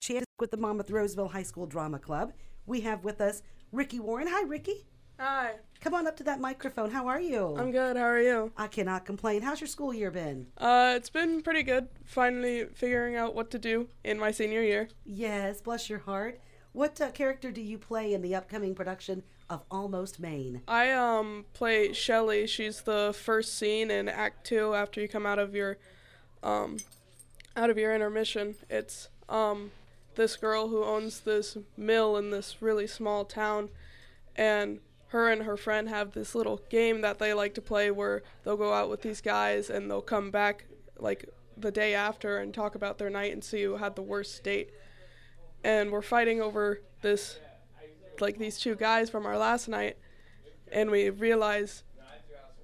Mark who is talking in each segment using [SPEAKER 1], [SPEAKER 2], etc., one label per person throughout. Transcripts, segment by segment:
[SPEAKER 1] Chance with the Monmouth Roseville High School Drama Club. We have with us Ricky Warren. Hi, Ricky.
[SPEAKER 2] Hi.
[SPEAKER 1] Come on up to that microphone. How are you?
[SPEAKER 2] I'm good. How are you?
[SPEAKER 1] I cannot complain. How's your school year been?
[SPEAKER 2] Uh, it's been pretty good. Finally figuring out what to do in my senior year.
[SPEAKER 1] Yes, bless your heart. What uh, character do you play in the upcoming production of Almost Maine?
[SPEAKER 2] I um play Shelly. She's the first scene in Act Two after you come out of your um out of your intermission. It's um this girl who owns this mill in this really small town and her and her friend have this little game that they like to play where they'll go out with these guys and they'll come back like the day after and talk about their night and see who had the worst date. And we're fighting over this like these two guys from our last night and we realize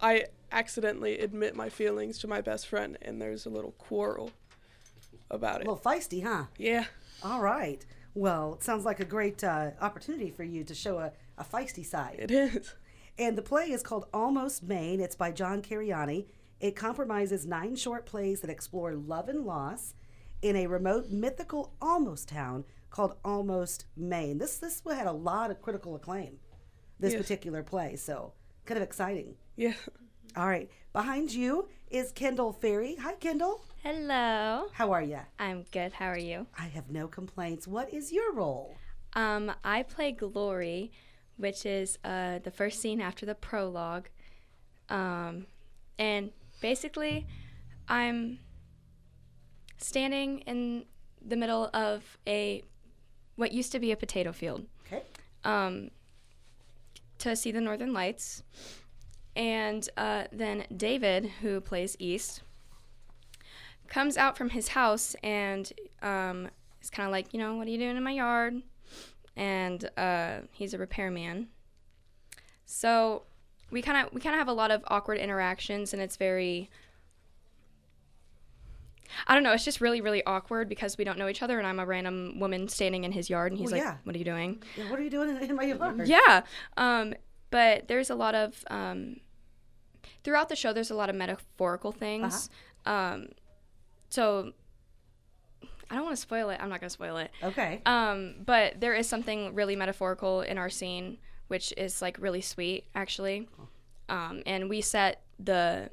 [SPEAKER 2] I accidentally admit my feelings to my best friend and there's a little quarrel about it.
[SPEAKER 1] A little feisty, huh?
[SPEAKER 2] yeah.
[SPEAKER 1] All right. Well, it sounds like a great uh, opportunity for you to show a, a feisty side.
[SPEAKER 2] It is.
[SPEAKER 1] And the play is called Almost Maine. It's by John Cariani. It compromises nine short plays that explore love and loss in a remote mythical almost town called Almost Maine. This this had a lot of critical acclaim. This
[SPEAKER 2] Yes.
[SPEAKER 1] particular play, so kind of exciting.
[SPEAKER 2] Yeah.
[SPEAKER 1] All right, behind you is Kendall Ferry. Hi, Kendall.
[SPEAKER 3] Hello.
[SPEAKER 1] How are you?
[SPEAKER 3] I'm good. How are you?
[SPEAKER 1] I have no complaints. What is your role?
[SPEAKER 3] Um, I play Glory, which is uh, the first scene after the prologue. Um, and basically, I'm standing in the middle of a what used to be a potato field.
[SPEAKER 1] Okay.
[SPEAKER 3] um, to see the Northern Lights. And uh, then David, who plays East, comes out from his house and um, is kind of like, you know, what are you doing in my yard? And uh, he's a repairman. So we kind of we kind of have a lot of awkward interactions, and it's very I don't know. It's just really really awkward because we don't know each other, and I'm a random woman standing in his yard, and he's
[SPEAKER 1] Well,
[SPEAKER 3] like,
[SPEAKER 1] yeah.
[SPEAKER 3] "What are you doing?"
[SPEAKER 1] Yeah, What are you doing in- in my yard?
[SPEAKER 3] Yeah. Um, but there's a lot of um, throughout the show. There's a lot of metaphorical things. Um, so I don't want to spoil it. I'm not gonna spoil it.
[SPEAKER 1] Okay.
[SPEAKER 3] Um, but there is something really metaphorical in our scene, which is like really sweet, actually. Um, and we set the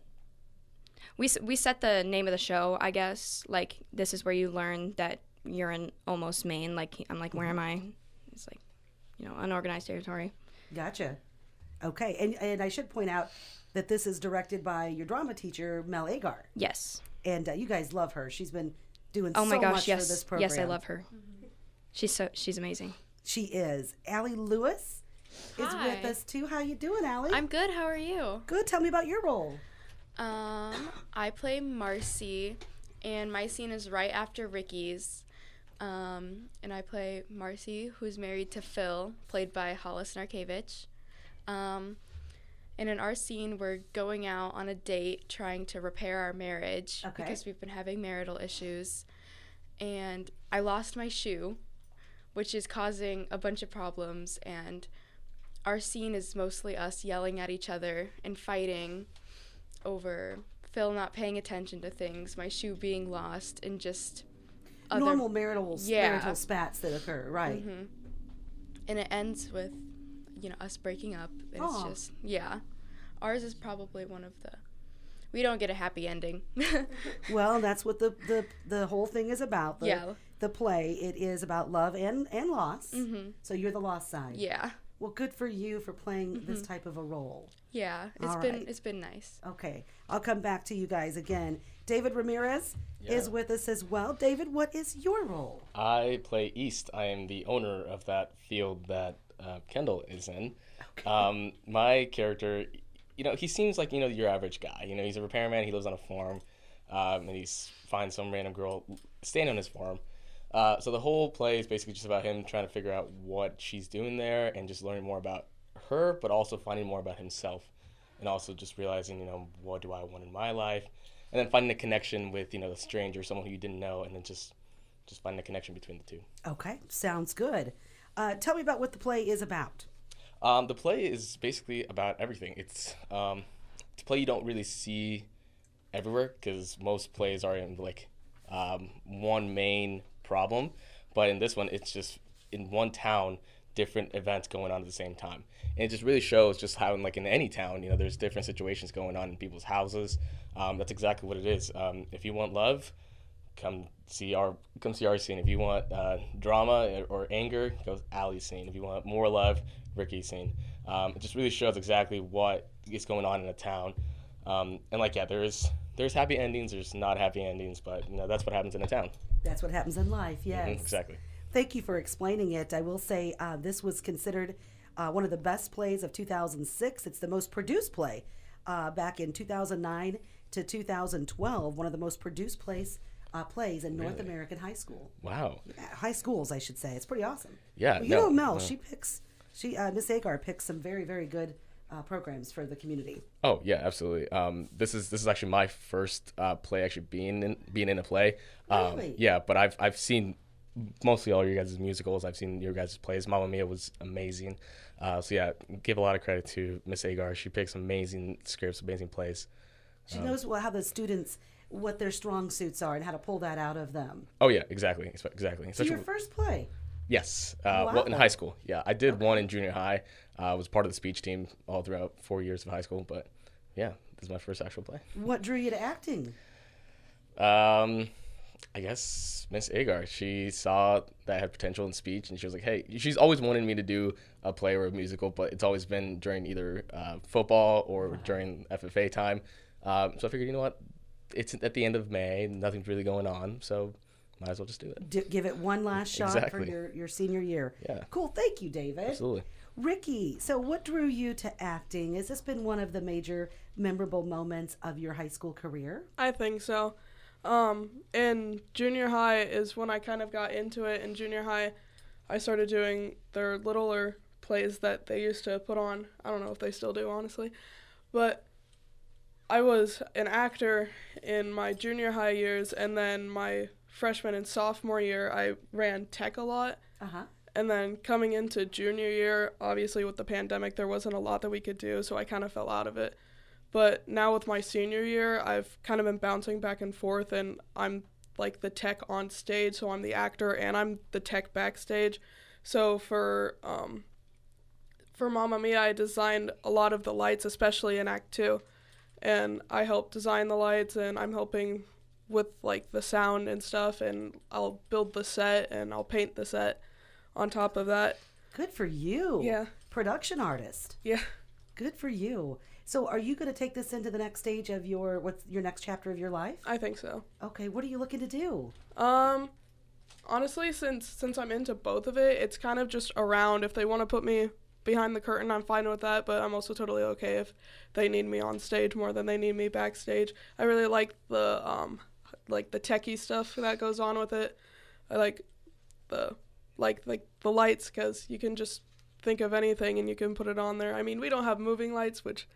[SPEAKER 3] we s- we set the name of the show, I guess. Like this is where you learn that you're in almost Maine. Like I'm like, where am I? It's like, you know, unorganized territory.
[SPEAKER 1] Gotcha. Okay, and and I should point out that this is directed by your drama teacher Mel Agar,
[SPEAKER 3] Yes.
[SPEAKER 1] and uh, you guys love her. She's been doing
[SPEAKER 3] Oh my
[SPEAKER 1] so
[SPEAKER 3] gosh.
[SPEAKER 1] much
[SPEAKER 3] Yes.
[SPEAKER 1] for this program.
[SPEAKER 3] yes, I love her. She's so she's amazing.
[SPEAKER 1] She is Allie Lewis is
[SPEAKER 4] Hi.
[SPEAKER 1] with us too. How you doing, Allie?
[SPEAKER 4] I'm good. How are you?
[SPEAKER 1] good. Tell me about your role.
[SPEAKER 4] Um, I play Marcy, and my scene is right after Ricky's. Um, and I play Marcy, who's married to Phil, played by Hollis Narkevich. Um, and in our scene, we're going out on a date trying to repair our marriage
[SPEAKER 1] Okay.
[SPEAKER 4] because we've been having marital issues. And I lost my shoe, which is causing a bunch of problems. And our scene is mostly us yelling at each other and fighting over Phil not paying attention to things, my shoe being lost, and just other.
[SPEAKER 1] Normal marital
[SPEAKER 4] Yeah.
[SPEAKER 1] marital spats that occur, right?
[SPEAKER 3] Mm-hmm.
[SPEAKER 4] Mhm. And it ends with, you know, us breaking up. And it's
[SPEAKER 1] Aw.
[SPEAKER 4] just, yeah. Ours is probably one of the. We don't get a happy ending.
[SPEAKER 1] Well, that's what the, the the whole thing is about. The,
[SPEAKER 4] Yeah.
[SPEAKER 1] The play it is about love and and loss.
[SPEAKER 3] Mm-hmm.
[SPEAKER 4] hmm
[SPEAKER 1] So you're the lost side.
[SPEAKER 4] Yeah.
[SPEAKER 1] Well, good for you for playing this
[SPEAKER 3] Mm-hmm.
[SPEAKER 1] type of a role.
[SPEAKER 4] Yeah. It's
[SPEAKER 1] All
[SPEAKER 4] been
[SPEAKER 1] right.
[SPEAKER 4] it's been nice.
[SPEAKER 1] Okay, I'll come back to you guys again. David Ramirez
[SPEAKER 5] Yeah.
[SPEAKER 1] is with us as well. David, what is your role?
[SPEAKER 5] I play East. I am the owner of that field that uh, Kendall is in. Um, my character, you know, he seems like you know your average guy. You know, he's a repairman. He lives on a farm, um, and he finds some random girl standing on his farm. Uh, so the whole play is basically just about him trying to figure out what she's doing there and just learning more about her, but also finding more about himself, and also just realizing, you know, what do I want in my life, and then finding a connection with you know a stranger, someone who you didn't know, and then just just finding a connection between the two.
[SPEAKER 1] Okay, sounds good. Uh, tell me about what the play is about.
[SPEAKER 5] Um, the play is basically about everything. It's um, it's a play you don't really see everywhere because most plays are in like um, one main problem, But in this one, it's just in one town, different events going on at the same time, and it just really shows just how, in, like in any town, you know, there's different situations going on in people's houses. Um, that's exactly what it is. Um, if you want love, come see our come see our scene. If you want uh, drama or, or anger, go Ali's scene. If you want more love, Ricky's scene. Um, it just really shows exactly what is going on in a town. Um, and like yeah, there's there's happy endings, there's not happy endings, but you know that's what happens in a town.
[SPEAKER 1] That's what happens in life, yes.
[SPEAKER 5] Mm-hmm, Exactly.
[SPEAKER 1] Thank you for explaining it. I will say uh, this was considered uh, one of the best plays of 2006. It's the most produced play uh, back in 2009 to 2012. One of the most produced plays uh, plays in North American high school
[SPEAKER 5] Wow.
[SPEAKER 1] uh, high schools, I should say. It's pretty awesome.
[SPEAKER 5] Yeah,
[SPEAKER 1] Well, you
[SPEAKER 5] no,
[SPEAKER 1] know Mel.
[SPEAKER 5] no.
[SPEAKER 1] She picks. She uh, Miss Agar picks some very very good uh, programs for the community.
[SPEAKER 5] Oh yeah, absolutely. Um, this is this is actually my first uh, play actually being in being in a play. Um,
[SPEAKER 1] Really?
[SPEAKER 5] Yeah, but I've I've seen mostly all your guys' musicals. I've seen your guys' plays. Mamma Mia was amazing. Uh, so yeah, give a lot of credit to Miss Agar. She picks amazing scripts, amazing plays.
[SPEAKER 1] She
[SPEAKER 5] Uh-huh.
[SPEAKER 1] knows well how the students what their strong suits are and how to pull that out of them.
[SPEAKER 5] Oh yeah, exactly, ex- exactly.
[SPEAKER 1] So
[SPEAKER 5] Especially
[SPEAKER 1] your first play.
[SPEAKER 5] Yes. Uh, Well, in
[SPEAKER 1] Wow.
[SPEAKER 5] high school, yeah, I did one in junior high. Uh, I was part of the speech team all throughout four years of high school, but yeah, this is my first actual play.
[SPEAKER 1] What drew you to acting?
[SPEAKER 5] Um, I guess Miss Agar, she saw that I had potential in speech, and she was like, "Hey, she's always wanted me to do a play or a musical, but it's always been during either uh, football or during FFA time." Um, so I figured, you know what, it's at the end of May, nothing's really going on, so might as well just do it.
[SPEAKER 1] D- give it one last shot for
[SPEAKER 5] Exactly.
[SPEAKER 1] your, your senior year.
[SPEAKER 5] Yeah.
[SPEAKER 1] Cool. Thank you, David.
[SPEAKER 5] Absolutely.
[SPEAKER 1] Ricky, so what drew you to acting? Has this been one of the major memorable moments of your high school career?
[SPEAKER 2] I think so. Um, in junior high is when I kind of got into it. In junior high, I started doing their littler plays that they used to put on. I don't know if they still do, honestly. But I was an actor in my junior high years, and then my freshman and sophomore year, I ran tech a lot.
[SPEAKER 1] Uh huh.
[SPEAKER 2] And then coming into junior year, obviously with the pandemic, there wasn't a lot that we could do, so I kind of fell out of it. But now with my senior year, I've kind of been bouncing back and forth, and I'm like the tech on stage, so I'm the actor and I'm the tech backstage. So for um, for Mamma Mia, I designed a lot of the lights, especially in Act Two, and I helped design the lights, and I'm helping with like the sound and stuff, and I'll build the set and I'll paint the set on top of that.
[SPEAKER 1] Good for you.
[SPEAKER 2] Yeah.
[SPEAKER 1] Production artist.
[SPEAKER 2] Yeah.
[SPEAKER 1] Good for you. So, are you going to take this into the next stage of your what's your next chapter of your life?
[SPEAKER 2] I think so.
[SPEAKER 1] Okay, what are you looking to do?
[SPEAKER 2] Um honestly since since I'm into both of it, it's kind of just around if they want to put me behind the curtain, I'm fine with that, but I'm also totally okay if they need me on stage more than they need me backstage. I really like the um like the techie stuff that goes on with it. I like the like like the lights cuz you can just think of anything and you can put it on there. I mean, we don't have moving lights, which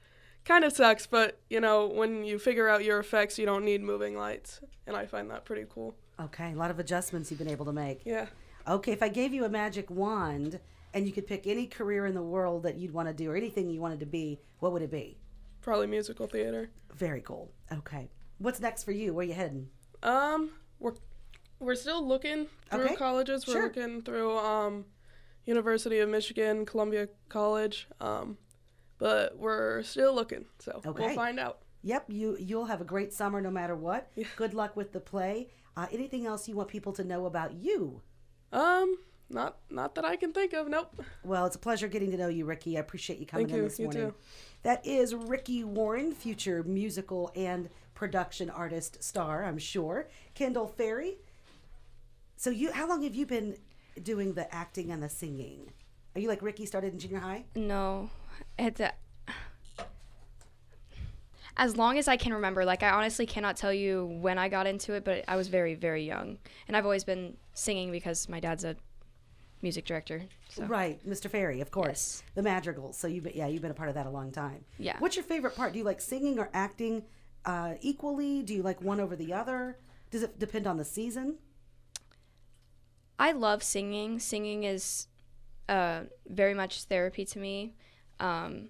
[SPEAKER 2] kind of sucks, but you know, when you figure out your effects, you don't need moving lights, and I find that pretty cool.
[SPEAKER 1] Okay, a lot of adjustments you've been able to make.
[SPEAKER 2] Yeah.
[SPEAKER 1] Okay, if I gave you a magic wand and you could pick any career in the world that you'd want to do or anything you wanted to be, what would it be?
[SPEAKER 2] Probably musical theater.
[SPEAKER 1] Very cool. Okay. What's next for you? Where you heading?
[SPEAKER 2] Um, we're we're still looking through
[SPEAKER 1] Okay,
[SPEAKER 2] colleges. We're
[SPEAKER 1] sure.
[SPEAKER 2] looking through um, University of Michigan, Columbia College. Um, but we're still looking, so
[SPEAKER 1] Okay.
[SPEAKER 2] we'll find out.
[SPEAKER 1] Yep, you you'll have a great summer no matter what. Good luck with the play. Uh, anything else you want people to know about you?
[SPEAKER 2] Um, not not that I can think of. Nope.
[SPEAKER 1] Well, it's a pleasure getting to know you, Ricky. I appreciate you coming
[SPEAKER 2] Thank
[SPEAKER 1] in
[SPEAKER 2] you.
[SPEAKER 1] this
[SPEAKER 2] You
[SPEAKER 1] morning.
[SPEAKER 2] too.
[SPEAKER 1] That is Ricky Warren, future musical and production artist star, I'm sure. Kendall Ferry. So you how long have you been doing the acting and the singing? Are you like Ricky started in junior high?
[SPEAKER 3] No, it's a, as long as I can remember. Like I honestly cannot tell you when I got into it, but I was very, very young, and I've always been singing because my dad's a music director. So
[SPEAKER 1] Right, Mr. Ferry, of course. The Madrigals. So you have yeah, you've been a part of that a long time.
[SPEAKER 3] Yeah.
[SPEAKER 1] What's your favorite part? Do you like singing or acting uh, equally? Do you like one over the other? Does it depend on the season?
[SPEAKER 3] I love singing. Singing is uh, very much therapy to me, um,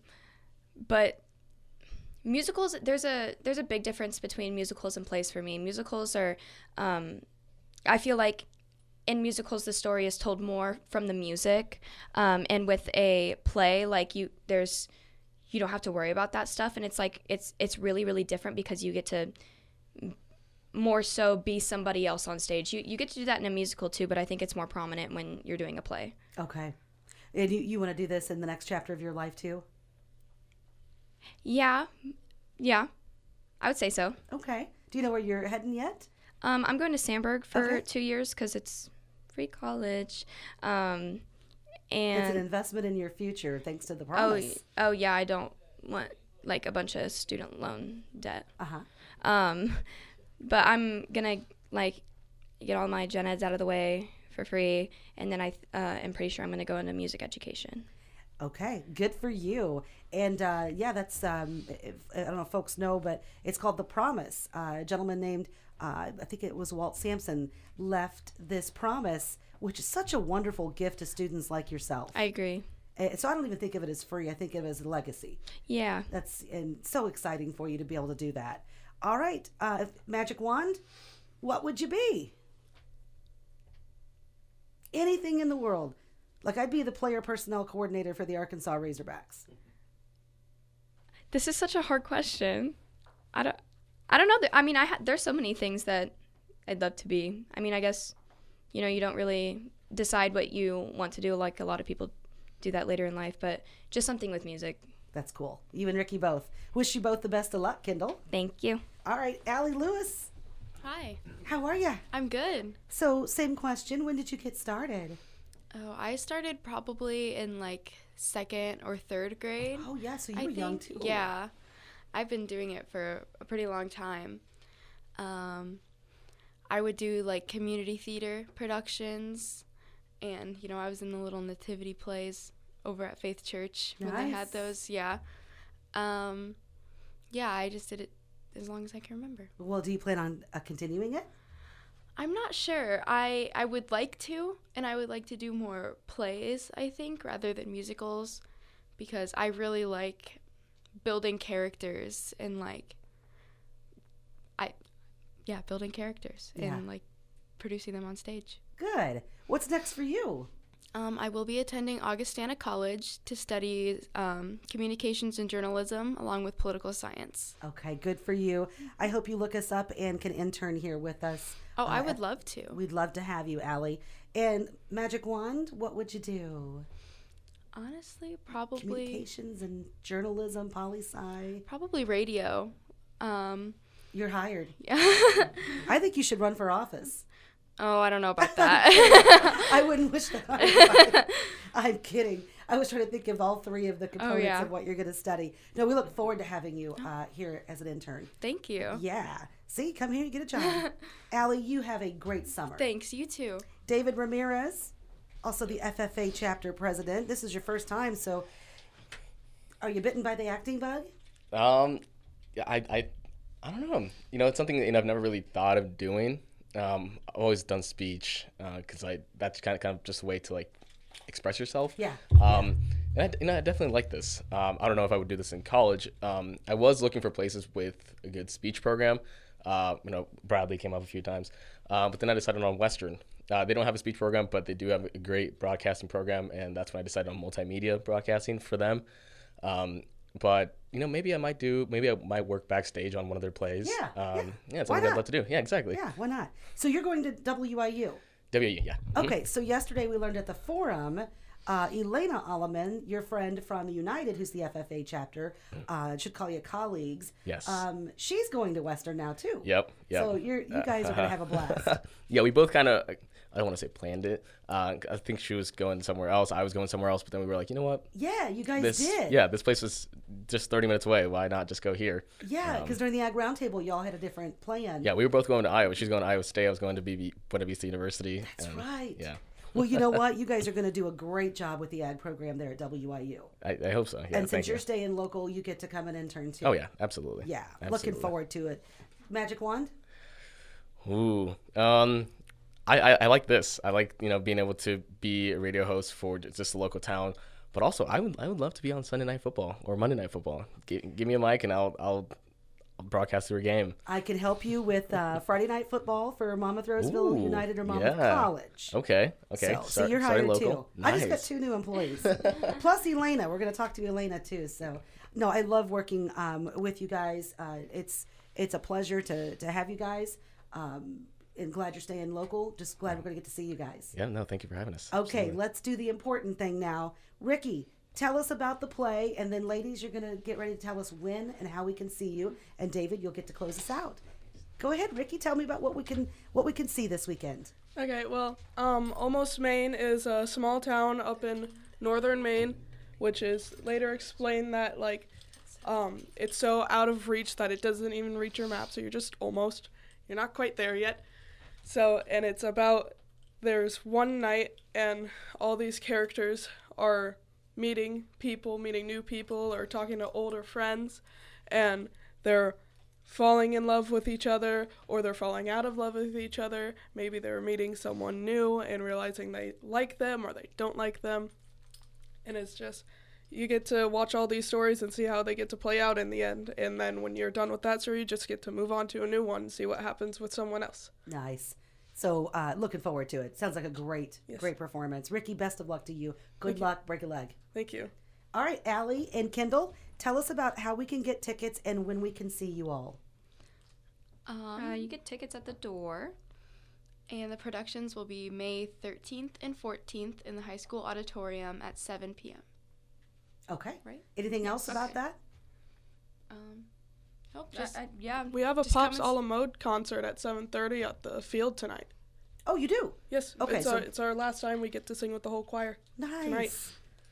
[SPEAKER 3] but musicals there's a there's a big difference between musicals and plays for me. Musicals are, um, I feel like in musicals, the story is told more from the music, um, and with a play, like you, there's, you don't have to worry about that stuff, and it's like it's it's really really different because you get to more so be somebody else on stage. You you get to do that in a musical too, but I think it's more prominent when you're doing a play.
[SPEAKER 1] Okay. And you, you want to do this in the next chapter of your life too?
[SPEAKER 3] Yeah, yeah, I would say so.
[SPEAKER 1] Okay. Do you know where you're heading yet?
[SPEAKER 3] Um, I'm going to Sandburg for
[SPEAKER 1] Okay.
[SPEAKER 3] two years because it's free college, um,
[SPEAKER 1] It's an
[SPEAKER 3] and
[SPEAKER 1] investment in your future, thanks to the
[SPEAKER 3] oh
[SPEAKER 1] promise.
[SPEAKER 3] oh yeah, I don't want like a bunch of student loan debt.
[SPEAKER 1] Uh huh.
[SPEAKER 3] Um, but I'm gonna like get all my gen eds out of the way for free, and then I uh, am pretty sure I'm gonna go into music education.
[SPEAKER 1] Okay, good for you. And uh, yeah, that's um, if, I don't know if folks know, but it's called The Promise. Uh, a gentleman named uh, I think it was Walt Sampson left this promise, which is such a wonderful gift to students like yourself.
[SPEAKER 3] I agree.
[SPEAKER 1] And so I don't even think of it as free. I think of it as a legacy.
[SPEAKER 3] Yeah.
[SPEAKER 1] That's and so exciting for you to be able to do that. All right, uh, if- magic wand, what would you be? Anything in the world. Like I'd be the player personnel coordinator for the Arkansas Razorbacks.
[SPEAKER 3] This is such a hard question. I don't. I don't know. That, I mean, I ha- there's so many things that I'd love to be. I mean, I guess, you know, you don't really decide what you want to do. Like a lot of people do that later in life, but just something with music.
[SPEAKER 1] That's cool. You and Ricky both. Wish you both the best of luck, Kendall.
[SPEAKER 3] Thank you.
[SPEAKER 1] All right, Allie Lewis,
[SPEAKER 4] Hi,
[SPEAKER 1] how are you?
[SPEAKER 4] I'm good.
[SPEAKER 1] So, same question. When did you get started?
[SPEAKER 4] Oh, I started probably in like second or third grade.
[SPEAKER 1] Oh yeah, so you
[SPEAKER 4] I
[SPEAKER 1] were young too.
[SPEAKER 4] think- Yeah, I've been doing it for a pretty long time. Um, I would do like community theater productions, and you know I was in the little nativity plays over at Faith Church when they
[SPEAKER 1] Nice.
[SPEAKER 4] had those. Yeah, um, yeah, I just did it as long as I can remember.
[SPEAKER 1] Well, do you plan on uh, continuing it?
[SPEAKER 4] I'm not sure. I I would like to, and I would like to do more plays. I think rather than musicals, because I really like building characters and like I, yeah, building characters
[SPEAKER 1] Yeah.
[SPEAKER 4] and like producing them on stage.
[SPEAKER 1] Good. What's next for you?
[SPEAKER 4] Um, I will be attending Augustana College to study um, communications and journalism along with political science.
[SPEAKER 1] Okay, good for you. I hope you look us up and can intern here with us.
[SPEAKER 4] Oh, I
[SPEAKER 1] Uh,
[SPEAKER 4] would love to.
[SPEAKER 1] We'd love to have you, Allie. And magic wand, what would you do?
[SPEAKER 4] Honestly, probably
[SPEAKER 1] Communications and journalism, poli sci.
[SPEAKER 4] probably radio. Um,
[SPEAKER 1] You're hired.
[SPEAKER 4] yeah.
[SPEAKER 1] I think you should run for office.
[SPEAKER 4] Oh, I don't know about that.
[SPEAKER 1] I wouldn't wish that. on anybody. I'm kidding. I was trying to think of all three of the components
[SPEAKER 4] yeah.
[SPEAKER 1] of what you're going to study. No, we look forward to having you uh, here as an intern.
[SPEAKER 4] Thank you.
[SPEAKER 1] Yeah. See, come here and get a job. Allie, you have a great summer.
[SPEAKER 4] Thanks, you too.
[SPEAKER 1] David Ramirez, also the FFA chapter president. This is your first time, so are you bitten by the acting bug?
[SPEAKER 5] Um, yeah, I, I, I don't know. You know, it's something that you know, I've never really thought of doing. Um, I've always done speech because I that's kind of kind of just a way to like express yourself.
[SPEAKER 1] Yeah.
[SPEAKER 5] Um, and I, you know, I definitely like this. Um, I don't know if I would do this in college. Um, I was looking for places with a good speech program. Uh, you know, Bradley came up a few times, uh, but then I decided on Western. Uh, they don't have a speech program, but they do have a great broadcasting program, and that's when I decided on multimedia broadcasting for them. Um, but you know, maybe I might do. Maybe I might work backstage on one of their plays.
[SPEAKER 1] Yeah, yeah.
[SPEAKER 5] Um, yeah. it's
[SPEAKER 1] Why
[SPEAKER 5] something
[SPEAKER 1] not?
[SPEAKER 5] I'd love to do. Yeah, exactly.
[SPEAKER 1] Yeah, why not? So you're going to WIU.
[SPEAKER 5] W. Yeah.
[SPEAKER 1] Okay, so yesterday we learned at the forum, uh, Elena Alleman, your friend from United, who's the FFA chapter, uh, should call you colleagues.
[SPEAKER 5] Mm. Yes.
[SPEAKER 1] Um, she's going to Western now too.
[SPEAKER 5] Yep. Yep.
[SPEAKER 1] So you're, you guys are going to have a blast.
[SPEAKER 5] yeah, we both kind of. I don't want to say planned it. Uh, I think she was going somewhere else. I was going somewhere else, but then we were like, you know what?
[SPEAKER 1] yeah, you guys
[SPEAKER 5] This
[SPEAKER 1] did.
[SPEAKER 5] yeah, this place was just 30 minutes away. Why not just go here?
[SPEAKER 1] Yeah, because during the Ag Roundtable, y'all had a different plan.
[SPEAKER 5] Yeah, we were both going to Iowa. She's going to Iowa State. I was going to BB, Buena Vista University.
[SPEAKER 1] That's
[SPEAKER 5] and
[SPEAKER 1] right.
[SPEAKER 5] Yeah,
[SPEAKER 1] well, you know what? You guys are going to do a great job with the ag program there at WIU.
[SPEAKER 5] I, I hope so. Yeah,
[SPEAKER 1] and
[SPEAKER 5] thank
[SPEAKER 1] since
[SPEAKER 5] you.
[SPEAKER 1] you're staying local, you get to come and intern too.
[SPEAKER 5] Oh yeah, absolutely.
[SPEAKER 1] Yeah. Looking
[SPEAKER 5] Absolutely.
[SPEAKER 1] forward to it. Magic wand?
[SPEAKER 5] Ooh. Um, I, I, I like this. I like you know being able to be a radio host for j- just a local town, but also I would I would love to be on Sunday night football or Monday night football. Give, give me a mic and I'll I'll broadcast through a game.
[SPEAKER 1] I can help you with uh, Friday night football for Monmouth Roseville
[SPEAKER 5] Ooh,
[SPEAKER 1] United or Monmouth
[SPEAKER 5] yeah.
[SPEAKER 1] College.
[SPEAKER 5] Okay. Okay.
[SPEAKER 1] So, so
[SPEAKER 5] Start-
[SPEAKER 1] you're
[SPEAKER 5] starting
[SPEAKER 1] hired
[SPEAKER 5] local.
[SPEAKER 1] too. I just got
[SPEAKER 5] Nice.
[SPEAKER 1] two new employees, plus Elena. We're going to talk to Elena too. So no, I love working um, with you guys. Uh, it's it's a pleasure to to have you guys, um, and glad you're staying local. Just glad we're going to get to see you guys.
[SPEAKER 5] Yeah. No. Thank you for having us.
[SPEAKER 1] Okay,
[SPEAKER 5] Absolutely.
[SPEAKER 1] let's do the important thing now. Ricky, tell us about the play, and then ladies, you're going to get ready to tell us when and how we can see you. And David, you'll get to close us out. Go ahead, Ricky. Tell me about what we can what we can see this weekend.
[SPEAKER 2] Okay, well, um, Almost Maine is a small town up in northern Maine, which is later explained that like um, it's so out of reach that it doesn't even reach your map. So you're just almost, you're not quite there yet. So and it's about there's one night and all these characters are meeting people, meeting new people, or talking to older friends, and they're falling in love with each other or they're falling out of love with each other. Maybe they're meeting someone new and realizing they like them or they don't like them. And it's just you get to watch all these stories and see how they get to play out in the end. And then when you're done with that story, you just get to move on to a new one and see what happens with someone else.
[SPEAKER 1] Nice. So uh, looking forward to it. Sounds like a great, great performance. Ricky, best of luck to you. Good luck. Break a leg.
[SPEAKER 2] Thank you.
[SPEAKER 1] All right, Allie and Kendall, tell us about how we can get tickets and when we can see you all.
[SPEAKER 4] Um,
[SPEAKER 3] Uh, you get tickets at the door.
[SPEAKER 4] and the productions will be May 13th and 14th in the high school auditorium at 7 p.m.
[SPEAKER 1] Okay.
[SPEAKER 4] Right.
[SPEAKER 1] Anything else about
[SPEAKER 4] Okay.
[SPEAKER 1] that?
[SPEAKER 4] Um, oh,
[SPEAKER 3] Just,
[SPEAKER 4] just,
[SPEAKER 3] yeah.
[SPEAKER 2] We have a
[SPEAKER 4] Just come
[SPEAKER 2] Pops
[SPEAKER 4] and s-
[SPEAKER 2] a la mode concert at 7:30 at the field tonight.
[SPEAKER 1] Oh, you do.
[SPEAKER 2] Yes,
[SPEAKER 1] Okay,
[SPEAKER 2] it's,
[SPEAKER 1] so-
[SPEAKER 2] our, it's our last time we get to sing with the whole choir
[SPEAKER 1] Nice.
[SPEAKER 2] Tonight.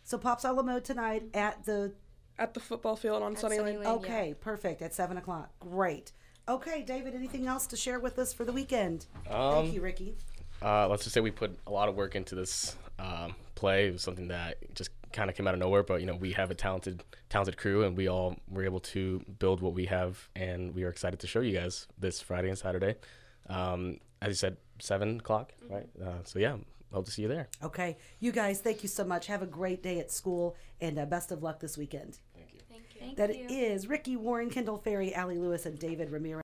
[SPEAKER 1] So pops a la mode tonight at the.
[SPEAKER 2] at the football field on Sunny Lane.
[SPEAKER 3] Sunny Lane. yeah.
[SPEAKER 1] Okay, perfect. At seven o'clock. Great. Okay, David. Anything else to share with us for the weekend?
[SPEAKER 5] Um,
[SPEAKER 1] Thank you, Ricky.
[SPEAKER 5] Uh, let's just say we put a lot of work into this um, play. It was something that just kind of came out of nowhere, but you know we have a talented, talented crew, and we all were able to build what we have, and we are excited to show you guys this Friday and Saturday. Um, as you said, seven o'clock, right? Uh, so yeah, hope to see you there.
[SPEAKER 1] Okay, you guys. Thank you so much. Have a great day at school, and uh, best of luck this weekend.
[SPEAKER 3] Thank
[SPEAKER 1] That
[SPEAKER 3] you.
[SPEAKER 1] is Ricky Warren, Kendall Ferry, Allie Lewis, and David Ramirez.